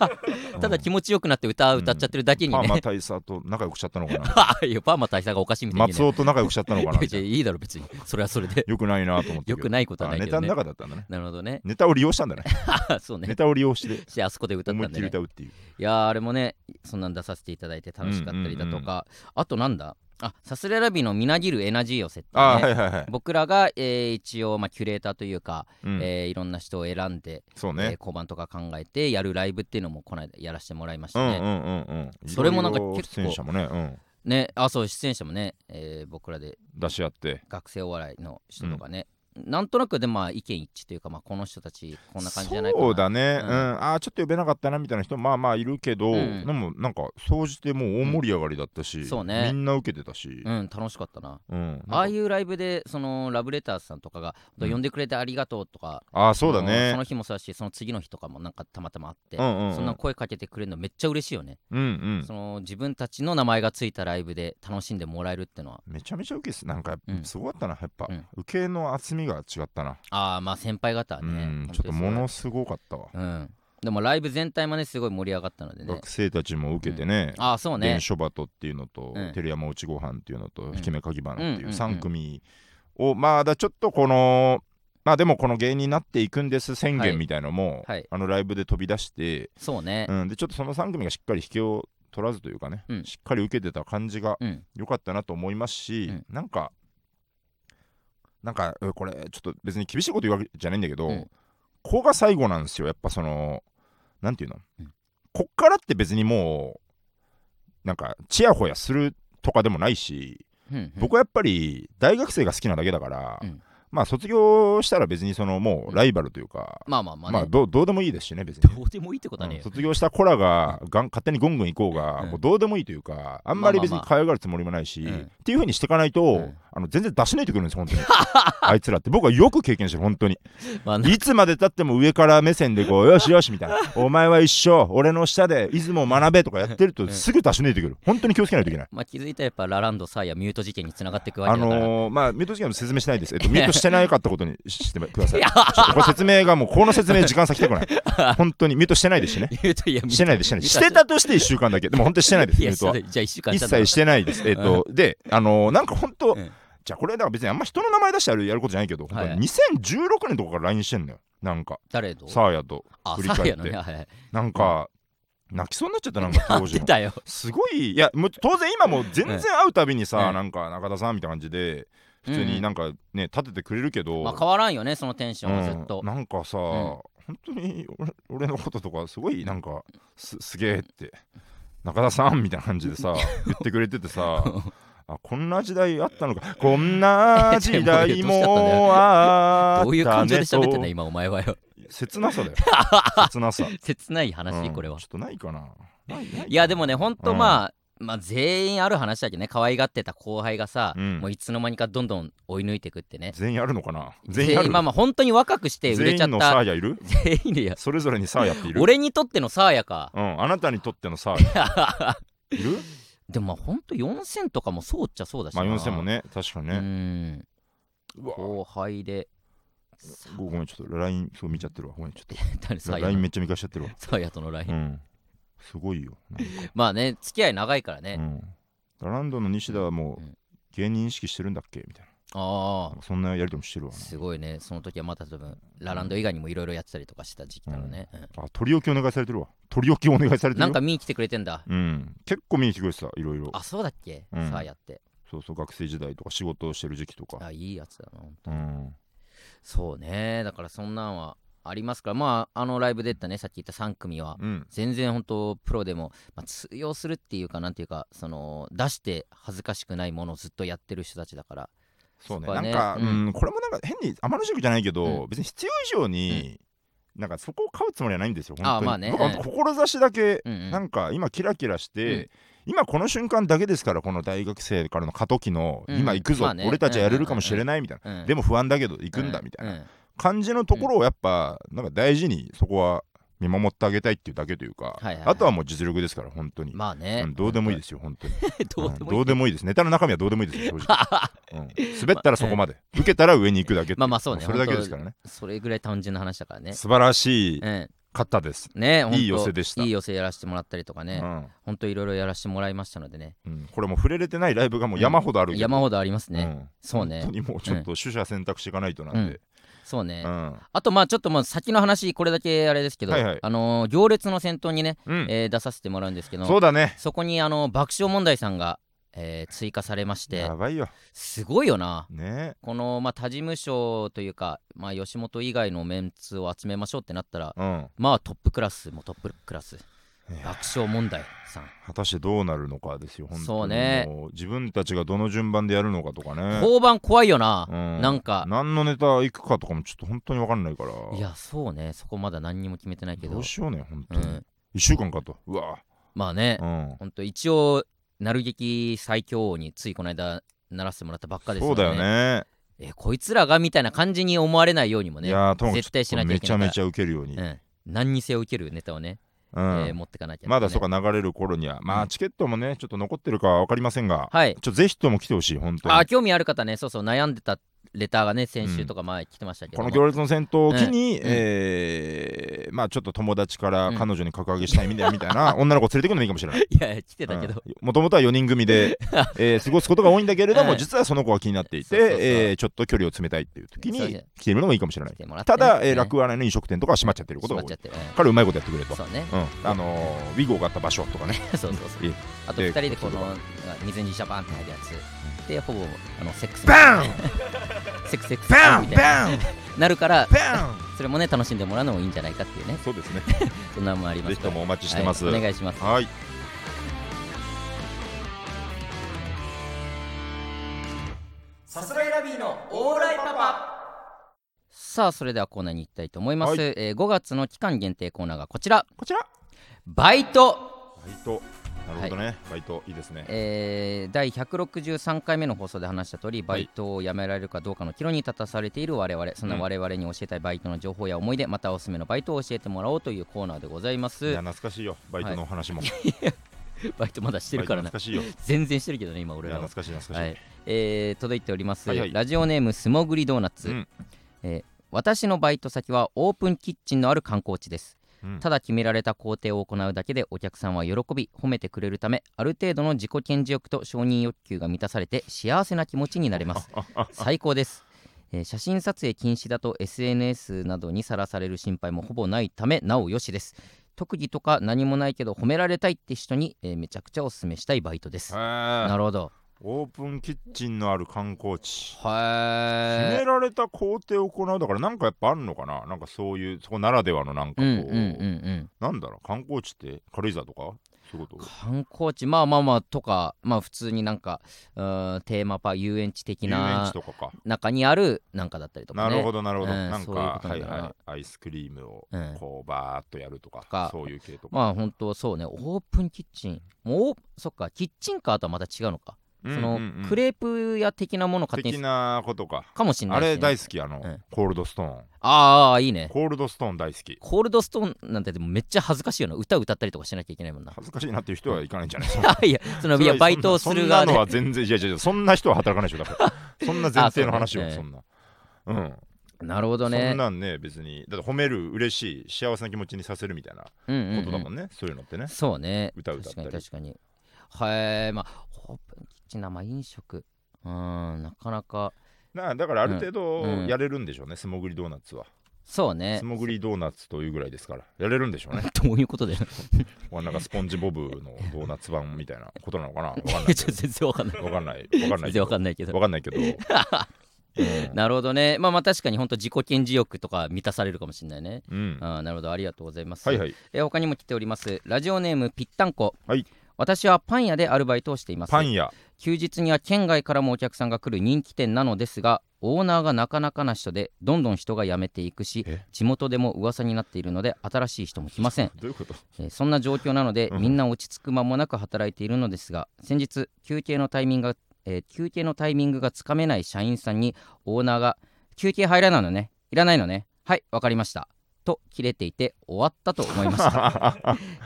なう ん
ただ気持ちよくなって歌歌っちゃってるだけに
パーマ
ね、
大佐と仲良くしちゃっ たのかな
いやパーマ大佐がおかしいみたいに
松
ね
尾と仲良くしちゃったのか な
いやいやいいだろ別にそれはそれで
よくないなと思って
よくないことはないけ
ネ
ど
タ
ね
の中だったんだね
なるほどね
ネタを利用したんだね
そうね
ネタを利用して
してあそこで歌ったん
思い
で
っきり
ね
歌うっていう
いやーあれもねそんなん出させていただいて楽しかったりだとか、
うんうんうん
あとなんだあサスレラビのみなぎるエナジー寄せっていうね、
あーはいはいはい
僕らが、えー一応、まあ、キュレーターというか、
うん
えーいろんな人を選んで、
そう
えー
ね
交番とか考えてやるライブっていうのもこの間やらせてもらいまし
う
た
んうん
ね。
うんうん
それもなんか
いろいろ
結構
出演者もねうん
ねあそう出演者もね、えー僕らで
出し合って
学生お笑いの人とかね、なんとなくでまあ意見一致というか、まあ、この人たちこんな感じじゃないかな
そうだね、
う
うんんああちょっと呼べなかったなみたいな人まあまあいるけど、
うん
でもなんか総じてもう大盛り上がりだったし、
んそうね
みんな受けてたし、
うん楽しかったな。
うんなんか
ああいうライブでそのラブレターズさんとかが
うん
呼んでくれてありがとうとか
ああそうだ
のその
ね
日もそうだしその次の日とかもなんかたまたまあって、
うんうんうん
そんな声かけてくれるのめっちゃ嬉しいよね、
うんうん
その自分たちの名前がついたライブで楽しんでもらえるってのは
めちゃめちゃ受けっすなんかやっぱ
うん
すごかったなやっぱ、
うん
受けの厚みが違ったな、
ああまあ先輩方は
う
ね、
ん
本
ちょっ
当
と
にすごい
ものすごかったわ、
うんでもライブ全体もねすごい盛り上がったのでね
学生たちも受けてね、
ああそうね
電書バトっていうのと、
うん
テレ山内ご飯っていうのと、
ん
ひきめかぎ花って
うん
い
うんう
うん3組を、まあだちょっとこのまあでもこの芸人になっていくんです宣
はい
言みたいのも、
はい
あのライブで飛び出して、
そうね
うん、でちょっとその3組がしっかり引けを取らずというかね、
うん
しっかり受けてた感じが
うん
良かったなと思いますし、
うん
なんかなんかえこれちょっと別に厳しいこと言うわけじゃないんだけど、
うん
ここが最後なんですよやっぱそのなんていうの、
うん
こっからって別にもうなんかちやほやするとかでもないし、
うん
僕はやっぱり大学生が好きなだけだから、
うん
まあ卒業したら別にそのもうライバルというか、
まあまあまあ、ね
まあどうどうでもいいですしね別に。
どうでもいいってことはねえ
うん
よ、
卒業した子らががん勝手にゴングン行こうが、
うん
もうどうでもいいというかあんまり別
まあ
に
まあ
可愛がるつもりもないし、
うん
っていうふうにしていかないと、
うん
あの全然出し抜いてくるんです本当に あいつらって僕はよく経験してる本 当に
まあ、
いつまでたっても上から目線でこ うよしよしみたいなお前は一生俺の下で出雲を学べとかやってる
う
と
ん
すぐ出し抜いてくる本当に気をつけないといけない。
まあ、気づいたらやっぱラランドサーやミュート事件につながっていくわ
あ
けだから、
のーまあミュート事件の説明しないです。えっとミュートしてなかったことにししてください。
いや
ちょっとこれ説明がもうこの説明時間割きた くない。本当にミュートしてないですしね。
ミュートいやミュート
してないですしてないです。してたとして1週間だけ。でも本当にしてないです。
い
ミュ
や
ート
そう
は
だ。じゃあ1週間
一切してないです。えっとであのーなんか本当
うん
じゃあこれだから別にあんま人の名前出してやるやることじゃないけど、本当に
はい
2016年とかから LINE してんのよ。なんか
誰と
サーヤと
あ
振り
サ
返っ
ー
て
やのねはいはい
なんか泣きそうになっちゃったなんか 当時
出
の。
たよ
すごいいやもう当然今もう全然会うたびにさ、
うん
なんか中田さんみたいな感じで普通
うんう
に
ん
なんかね立ててくれるけど、
まあ変わらんよねそのテンションはずっ
う
と
ん、なんかさ、本当に俺俺のこととかすごいなんかすすげえって中田さんみたいな感じでさ言ってくれててさあこんな時代あった のかこんな時代もあ
どういう
った
感情で
ね
喋ってんだ
と
今お前はよ
切な さだよ切なさ
切ない話
うん
これは
ちょっとないかなないない かない
やでもねほんと
うん
まあまあ全員ある話だけどね可愛がってた後輩がさ
うん
もういつの間にかどんどん追い抜いてくってね
全員あるのかな全員ある
まあまあ本当に若くして売
全
れちゃ
員
っ
のサ
た
ーヤいる
全員で や
それぞれにサーヤっている
俺にとってのサーヤか
うん、あなたにとってのサーヤ いる
でもまあほんと4000とかもそうっちゃそうだし
ま
な
あ4000もね確かに
う
ね、
ん
うわ
後輩で
ごごめんちょっと LINE そう見ちゃってるわごめんちょっ
誰サ
と
ーヤ
LINE
の
めっちゃ見返しちゃってるわ
サーヤとの LINE
うんすごいよなんか
まあね付き合い長いからね
うんラランドの西田はもう、
うん
芸人意識してるんだっけみたい
あ
な
あ
そんなやりとりもしてるわな
すごいねその時はまた多分ラランド以外にもいろいろやってたりとかした時期なのね、うん
あ取り置きお願いされてるわ取り置きお願いされてるよ
なんか見に来てくれてんだ
うん結構見に来てくれてたいろいろ
あそうだっけ、
うん
さあやって
そうそう学生時代とか仕事をしてる時期とか
あいいやつだな
うん
そうねだからそんなんはありますからまああのライブ出たねさっき言った3組は
うん
全然本当プロでも、まあ、通用するっていうかなんていうかその出して恥ずかしくないものをずっとやってる人たちだから
そうね
そこはね
なんか、
う
うんん、これもなんか変にあまりじじゃないけど、
う
別に必要以上に、なんかそこを買うつもりはないんですよ本当に
あまあね
僕は本当志だけ、
うんうん
なんか今キラキラして、今この瞬間だけですからこの大学生からの過渡期の、
うん
今行くぞ、
まあね
俺たちはやれるかもしれないみたいな、
うん
でも不安だけど行くんだみたいな、感じのところをやっぱ、なんか大事にそこは見守ってあげたいっていうだけというか、
はいはいはい
あとはもう実力ですから本当に、
まあね、
うんどうでもいいですすよ本当に。
どうでもい
うん
い、
どうでもいいですネタの中身はどうでもいいですよ正直、うん、滑ったらそこまで受けたら上に行くだけっていう
まあまあそうね
それだけですからね
それぐらい単純な話だからね
素晴らしい
うん
方です、
ねほんと
いい寄せでした
いい寄せやらせてもらったりとかね、
うん
ほんといろいろやらせてもらいましたのでね
うんこれもう触れれてないライブがもう山ほどあるけど、
山ほどあります
う
ね、
ん
そうね
本当にもうちょっと取捨選択していかないとなんで、
そうね、
うん
あとまあちょっとまあ先の話これだけあれですけど、
はいはい
あのー行列の先頭にね、
うん
えー出させてもらうんですけど
そうだね
そこにあの爆笑問題さんが、えー追加されまして
やばいよ
すごいよな
ね
この、まあ、他事務所というか、まあ、吉本以外のメンツを集めましょうってなったら
うん
まあトップクラスもトップクラス
いや
爆笑問題さん
果たしてどうなるのかですよ本当に
そうね
もう自分たちがどの順番でやるのかとかね
交番怖いよな、
うん
なんか
何のネタいくかとかもちょっと本当に分かんないから
いやそうねそこまだ何にも決めてないけ
ど
ど
う、しようね本
う
当に、
ん、
1週間かとうわ
まあね、
うん
ほんと一応なる劇最強王についこの間ならせてもらったばっかです
そうだよね。
えこいつらがみたいな感じに思われないようにも
い
ね
やー、ともかく
絶対しなきゃい
め
け
ち
ない
ゃ
から
めちゃ受けるように。
うん、何にせよ受けるネタをね、え
う
ー
ん。
持ってかなきゃ、
まだそうか流れる頃には、ま
うん
あチケットもね、ちょっと残ってるかは分かりませんが、
はい
ちょぜひとも来てほしい、本当
あ
に。
興味ある方ねそうそう悩んでたレターがね先週とか前来てましたけど
こ
も、
の行列の戦闘を機
ん
に、えーまあちょっと友達から
うん
彼女に格上げしたいみたいなみた いな女の子連れてくるのもいいかもしれない。
いやいや来てたけど、
もともとは4人 組で、えー過ごすことが多いんだけれど
う
も、
ん
実はその子が気になっていて、
そうそうそう
えーちょっと距離を詰めたいっていう時
そう
に
ね
来てみるのもいいかもしれな
来
い。
てもらってね、
ただ、え
ね
ー、楽穴の飲食店とかは閉まっちゃってることが
しまっ
多
ちゃ
い
っ。てるね
からうまいことやってくれと。
そうね
うん、あのー、ウィゴがあった場所とかね、
そうそうそう
え
あと
え
2人でこ
こ
の
っ
水にジャバンって入るやつでほぼあのセックス
バーン
セクセクセク
バン
みたいな
バン
なるから
バン
それもね楽しんでもらうのもいいんじゃないかっていうね
そうです ね。
そんなのもありま
ぜ
す
ひ
から
ともお待ちしてます。
はいお願いします
はい。
さすらいラビーのオーライパパさあそれではコーナーに行きたいと思います、
は
えー5月の期間限定コーナーがこちら
こちら。
バイト、
バイト。なるほどね。バイトいいですね。
えー第163回目の放送で話した通りバイトを辞められるかどうかの岐路に立たされている我々そんな我々に教えたいバイトの情報や思い出、またおすすめのバイトを教えてもらおうというコーナーでございま
い
す
や懐かしいよ。バイトのお話も。
バイトまだしてるから
バ
な
イト懐かしいよ。い
全然してるけどね今俺
や
らは
懐かしい懐か
は
しい
い。えー届いております、
はいはい
ラジオネームすもぐりドーナツ、
うん
えー私のバイト先はオープンキッチンのある観光地です
うん
ただ決められた工程を行うだけでお客さんは喜び褒めてくれるためある程度の自己顕示欲と承認欲求が満たされて幸せな気持ちになれ ます
ああ
最高です、えー写真撮影禁止だと SNS などにさらされる心配もほぼないためなおよしです特技とか何もないけど褒められたいって人に、えーめちゃくちゃお勧めしたいバイトです
あ。へ
な
ー
るほど
オープンキッチンのある観光地。
は
決め
い
られた工程を行うだからなんかやっぱあるのかななんかそういうそこならではのなんかこ
う
うん
うんうんうん
なんだろう観光地って軽井沢とかそういうこと
観光地まあまあまあとかまあ普通になんかうーんテーマパー遊園地的
遊園
な
地とかか
中にあるなんかだったりとか
な
ね
るほどなるほど、
うん
なんか
そういうことな
は
ん
い
だな
はいアイスクリームを
うん
こうバーっとやるとか、
か
そういう系とか、
まあ本当そうねオープンキッチンもうそっかキッチンカーとはまた違うのか、
うん
その、
うんうん
クレープ屋的なものを勝手
的
に
なことか
かもしれな
あ
いしね、
れ大好きあの、
うん
コールドストーン
ああいいね
コールドストーン大好き
コールドストーンなんてでもめっちゃ恥ずかしいよな歌歌ったりとかしなきゃいけないもん な
恥ずかしいなっていう人はいかないんじゃないです
いやそ のいやバイトをする側
そんなの
で
は全然いやいやいやそんな人は働かないでしょだからそんな前提の話
あ
を
そ
そ,、
うね
んなうん
なるほどね
そんなんね別にだって褒める嬉しい幸せな気持ちにさせるみたいなこ
うんうんうん
とだもんね、そういうのってね
そうね。
歌歌ったり
確かに確かに。はい、まあ、オープンキッチンな、まあ、飲食。うーん、なかなか。
なだからある程度
うんうん
やれるんでしょうね、素潜りドーナツは
そうね
素。潜りドーナツというぐらいですからやれるんでしょうね
どういうことだよ。
わなんかスポンジボブのドーナツ版みたいなことなのかなわかん
い
ない
やちょっと全然わかんない。
わかんないわかんな
全
い
然わか
ん
んないけど
わ。かんないけど、うん
なるほどね。まあまあ、確かに本当自己顕示欲とか満たされるかもしれないね。
うん、
あー なるほど、ありがとうございます。
はいはい
えー他にも来ております。ラジオネームぴったんこ。
はい
私はパン屋でアルバイトをしています。
パン屋
休日には県外からもお客さんが来る人気店なのですがオーナーがなかなかな人でどんどん人が辞めていくし
え
地元でも噂になっているので新しい人も来ま せん、
どういうこと
えーそんな状況なので
うん
みんな落ち着く間もなく働いているのですが先日休憩のタイミングが、えー休憩のタイミングがつかめない社員さんにオーナーが「休憩入らないのねいらないのねはいわかりました」と切れていて終わったと思いました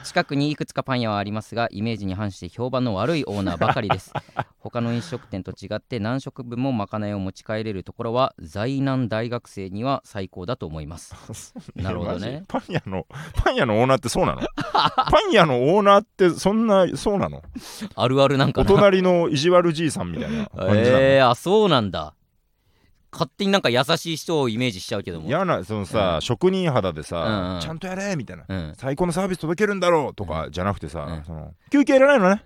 近くにいくつかパン屋はありますがイメージに反して評判の悪いオーナーばかりです 他の飲食店と違って何食分もまかないを持ち帰れるところは在南大学生には最高だと思います なるほどね
いやマジパン屋のパン屋のオーナーってそうな のパン屋のオーナーってそんなそうなの
あるあるなんか
お
な
隣の意地悪じいさんみたいな感じなの、
えー、あそうなんだ勝手になんか優しい人をイメージしちゃうけども
嫌なそのさ、職人肌で
うんう
さ、
ん
ちゃんとやれみたいな、
うん
最高のサービス届けるんだろうとかじゃなくてさ、
うん
その休憩いらないのね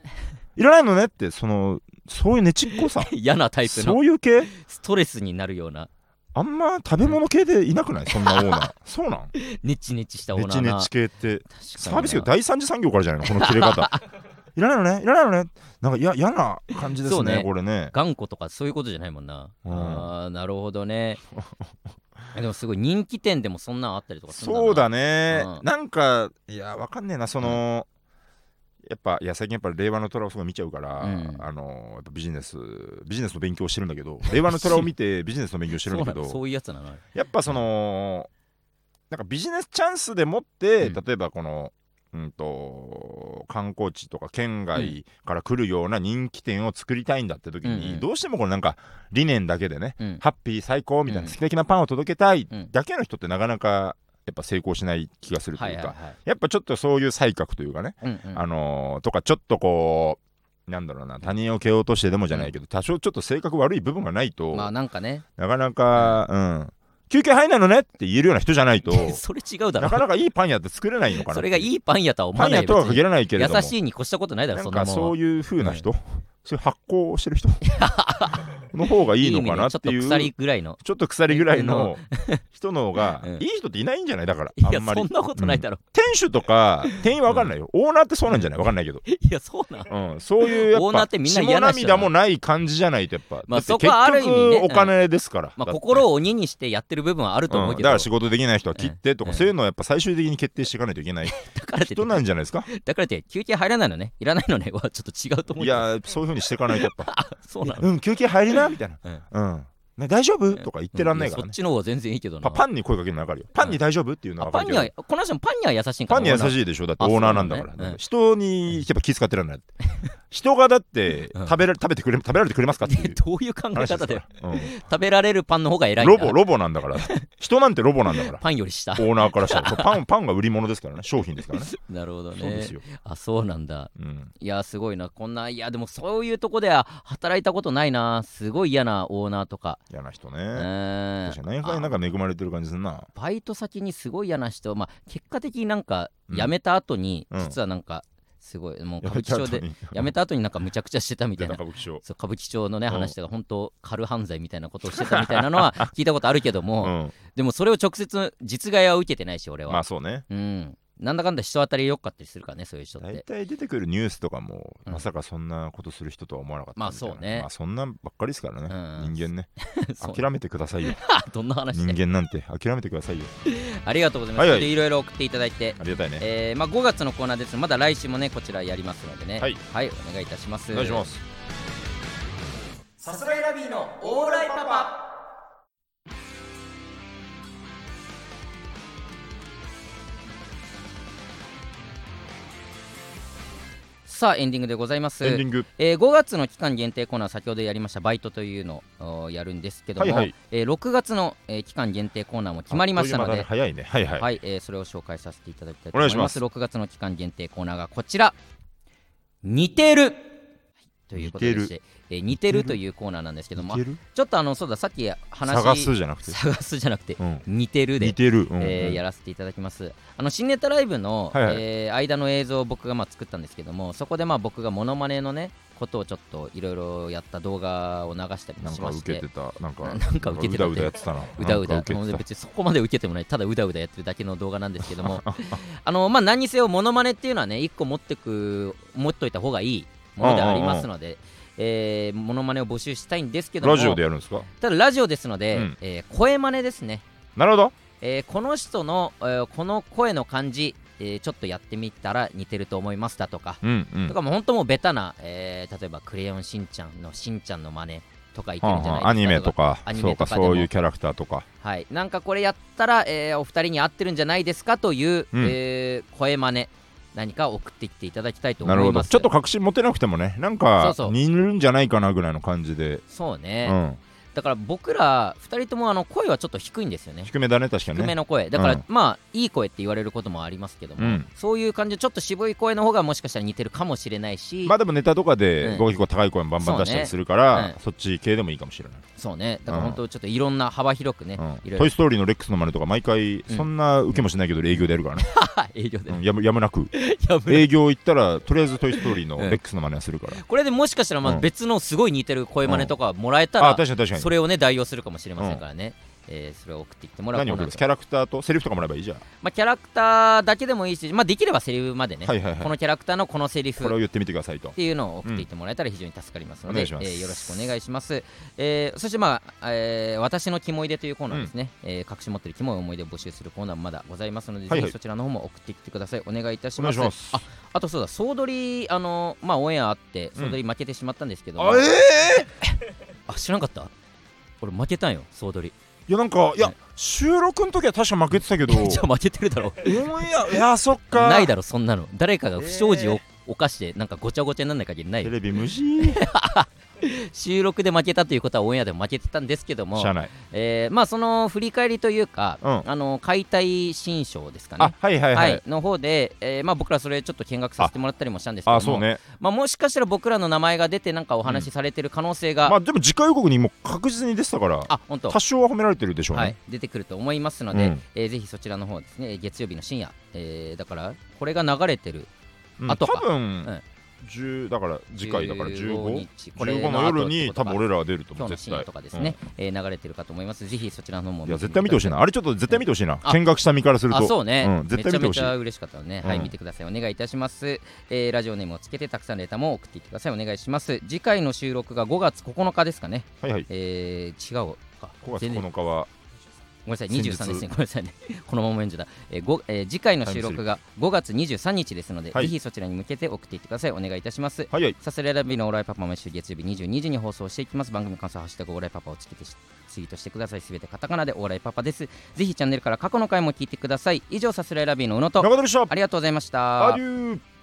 いらないのねってそのそういうねちっこさ
嫌なタイプ
そ
の
ういう系
ストレスになるような
あんま食べ物系でいなくないそんなオーナ ーそうなん
ネチネチしたオー
ネ
ナー
チ
な
ネチ系って
確かにな
サービス業第三次産業からじゃないのこの切 れ方いらないのねいらないのねなんかや嫌な感じです
そう
ね
ね
これね
頑固とかそういうことじゃないもんな、
うん
あーなるほどね でもすごい人気店でもそんなんあったりとかするんだな
そうだね、
うん
なんかいやわかんねえなその、やっぱいや最近やっぱ令和の虎をすごい見ちゃうから、
うん
あのやっぱビジネスビジネスの勉強してるんだけど令和の虎を見てビジネスの勉強してるんだ
そ
け
うなの
ど
そういうやつなのあれ
やっぱそのなんかビジネスチャンスでもって、
うん
例えばこの、うん、と観光地とか県外から来るような人気店を作りたいんだって時に、
うんうん
どうしてもこのなんか理念だけでね、
うん
ハッピー最高みたいな、
うん
素敵なパンを届けたい
うん
だけの人ってなかなかやっぱ成功しない気がすると
はいいう
か、
はいはい
やっぱちょっとそういう才覚というかね、
うんうん
あのーとかちょっとこうなんだろうな他人を蹴落としてでもじゃないけど、多少ちょっと性格悪い部分がないと、
まあなんかね
なかなか、うん休憩入んないのねって言えるような人じ ゃないと
それ違うだ
な
ろ
かなかいいパン屋って作れないのかな
それがい
い
いパン屋とは思
パ
わ
ン
な
屋
い
とは限らないけれども
優しいに越したことないだろ
な
そ
ん
んな
か
もん
そう
は
いう風な人、そういう発行して る人の方がいいのかなってい
意味でちょっと
う
鎖ぐらいの
ちょっと鎖ぐらいの人の方が
うん
いい人っていないんじゃないだから
い
あ
や
んまり
そんなことないだろ、
店主とか店員は分かんないよ、オーナーってそうなんじゃない分かんないけど、
いやそうなん
うん、そういうやっぱ
オーナーってみんな嫌な人
血
だな
も涙もない感じじゃないとやっぱ、
まあ
だって
そこはある意味ね
結局お金ですから、
まあ
だって
心を鬼にしてやってる部分はあると思う
うん
け
だ
ど、
から
だ
仕
か
事できない人は切ってとか、
うん
そういうのはやっぱ最終的に決定していかないといけ ない
らって
人なんじゃないですか
だからって休憩入らないのねいらないのねはちょっと違うと思う
い
けど
やそういうふうにしていかないとやっぱ
そう なの
うん休憩入りなみたいな
うん
うん、ね、大丈夫とか言ってらんないから
そ
ね
っ、ちの方が全然いいけどな
パパンに声かけるの分かるよパンに大丈夫っていうの
あ
は分
パ
か
ン
る
に
けど
はこの人もパンには優しいんか
パンに優
い
しいでしょだって
あ
オーナーなんだから
そうなんだねうん
人にやっぱ気遣っ てらんない人がだって
うん
食べら食べてくれ食べられてくれますかってい
で
う
どういう考え
話
方
ですか
で
ら、うん
食べられるパンの方が偉いんだ
ロボロボなんだ から人なんてロボなんだから
パンより下
オーナーからしたらそうパンパンが売り物ですからね商品ですからね
なるほど
そうで
ね
すよ、
あそうなんだ
うん、
いやすごいなこんないやでもそういうとこでは働いたことないなすごい嫌なオーナーとか
嫌な人
う
ね
ーん
確かに何回なんか恵まれてる感じするな
バイト先にすごい嫌な人、まあ、結果的になんか
うん
辞めた後に、
うん
実はなんかすごいもう
や
歌
め
舞伎
た後
町で
に
辞めた後になんかむちゃくちゃしてたみ たいな
歌舞伎町
そう歌舞伎町のね
うん
話とか本当軽犯罪みたいなことをしてたみたいな のは聞いたことあるけど
う
も、
ん
でもそれを直接実害は受けてないし俺は、
まあそうね
うんなんだかんだ人当たり良かったりするからねそういう人っ
大
て
体出てくるニュースとかも、
うん
まさかそんなことする人とは思わなかった
まあ
みたいな
そうね
まあそんなんばっかりですからね、
うん
人間ね
そう
諦めてくだ さいよ
どんな話
人
で
間なんて諦めてくださいよ
ありがとうございます、
はいはい
でいろいろ送っていただいて
ありがたいね、
えーまあ、5月のコーナーですまだ来週もねこちらやりますのでね
はい
お願いいたします
お願いします
さすらいラビーのオーライパパさあエンディングでございます、
エンディング
えー、5月の期間限定コーナー先ほどやりましたバイトというのをおやるんですけども、
はいはい
えー、6月の、えー、期間限定コーナーも決まりましたの
あっという間だね
で
早いねはいはい、
はい、えーそれを紹介させていただきたいと
お
思
願い
い
し
ま。
ますす
6月の期間限定コーナーがこちら、似てるはいということでして、えー似てる
似てる
というコーナーなんですけども、
似てる
ちょっとあのそうだ、さっき話
探すじゃなくて、
探すじゃなくて、
うん、
似てるで
似てる、うん
えーやらせていただきますあの新ネタライブの、
はいはい
えー間の映像を僕がまあ作ったんですけどもそこでまあ僕がモノマネのねことをちょっといろいろやった動画を流したりも
なん
し
か
ま
受
し
け
て
てたなんか
ななんか受けてた
うだうだやってたな
うだうだ
なんか
も
受
う
け
別
て
にそこまで受けてもないただうだうだやってるだけの動画なんですけど もあのまあ何にせよモノマネっていうのはね一個持ってく持っといた方がいいものでありますので、えー、モノマネを募集したいんですけども
たラジオでやるんですか
ただラジオですので、
うん
えー声真似ですね、
なるほど
えーこの人の、えーこの声の感じ、えーちょっとやってみたら似てると思いますだとか、
うんうん
とかもう本当もうベタな、えー例えば「クレヨンしんちゃん」のしんちゃんの真似とかいけ
は
る
あ
んじゃないですか、
はあアニメとか
アニ
そ
メ
う
と
か
かでも
そういうキャラクターとか
はい、なんかこれやったら、えーお二人に合ってるんじゃないですかという、
うん
えー声真似何か送ってきていただきたいと思
なる
い
ほ
ま
ど
す
ちょっと確信持てなくてもねなん
そう
か
そう
似るんじゃないかなぐらいの感じで
そう
う
ね、
ん
だから僕ら二人ともあの声はちょっと低いんですよね
低めだね確かに
低め
ね
の声だから、
うん
まあいい声って言われることもありますけども、
うん
そういう感じでちょっと渋い声の方がもしかしたら似てるかもしれないし、
まあでもネタとか
う
で
ん
動きこう高い声もバンバン出したりするか
そうね
らそっち系でもいいかもしれない
そうねだから本当ちょっといろんな幅広くね、
う
いろ
ん
い
ト
ろ
イ・ストーリー」のレックスの真似とか毎回そんな受けもしないけど営業でやるからね
営業で、
うんやむや むなく
やぶ
営業行ったらとりあえず「トイ・ストーリー」の
うん
レックスの真似はするから
これでもしかしたらまあ
うん
別のすごい似てる声真似とかもらえたら、
あ確かに確かに
それをね代用するかもしれませんからね、えーそれを送ってきてもらう
何を
コーナー
送るんですかキャラクターとセリフとかもらえばいいじゃん
まあ、キャラクターだけでもいいし、まあ、できればセリフまでね、
はいはいはい
このキャラクターのこのセリフ
これ
っ
を言ってみてくださいと
ていうのを送っていってもらえたら非常に助かりますので、
お願いします
えーよろしくお願いします、えーそして、まあえー私のキモいでというコーナーですね、えー隠し持ってるキモい思い出を募集するコーナーもまだございますので、
はいはい
ぜひそちらの方も送ってきてくださいお願いいたし
お
ま
願い
す
します
ああとそうだ総取りあのまあオンエアあって総取り負けてしまったんですけども、
あええ
あ知らんかった俺負けたんよ総取
いやなんかいや
ね
収録の時は確か負けてた けど
りじゃあ負けてるだろ
オンエアいやそっか
ないだろそんなの誰かが不祥事を犯してなんかごちゃごちゃにならない限りない
テ
よ
レビ 無事し
収録で負けたということはオンエアでも負けてたんですけども
ゃあ、ない
えーまあその振り返りというか、
うん
あの解体新書ですか
あ
ね
はいはい
は
はいい
の方で、えーまあ、僕らそれちょっと見学させてもらったりもしたんですけども
あそうね
まあ、もしかしたら僕らの名前が出てなんかお話しされてる可能性が、
まあでも次回予告にも確実に出てたから
あ本当
多少は褒められてるでしょう
はい
ね、
出てくると思いますので、
うん
えーぜひそちらの方ですねえー月曜日の深夜、えーだからこれが流れてる
うん
あとか
多分、
うん
10だから次回だから1515
日
の夜に多分
ら
俺らは出ると
今
思
日の
う絶
深夜
対
とかですね、えー流れてるかと思いますぜひそちらの方
う
も
んいや絶対見てほしいなあれちょっと絶対見てほしいな
あ
見学した身からする
あ
と
そうね、
うん絶対見てほしい
めちゃめちゃ嬉しかったのね、はい
うん
見てくださいお願いいたします、えーラジオネームをつけてたくさんレターも送ってきてくださいお願いします次回の収録が5月9日ですかね
はいはい
えー、違うか
5月
全然
9日は
ごめんなさい
先日
23ですねごめんなさいね このまま読んじゃった、えーごえー次回の収録が5月23日ですので、
はい
ぜひそちらに向けて送っていってくださいお願いいたします
はいはい
さすらいラビのオーライパパ毎週月曜日22時に放送していきます番組感想ハッシュタグオーライパパをつけてしツイートしてくださいすべてカタカナでオーライパパですぜひチャンネルから過去の回も聞いてください以上さすらいラビの宇野と
中田でした
ありがとうございました
アデュー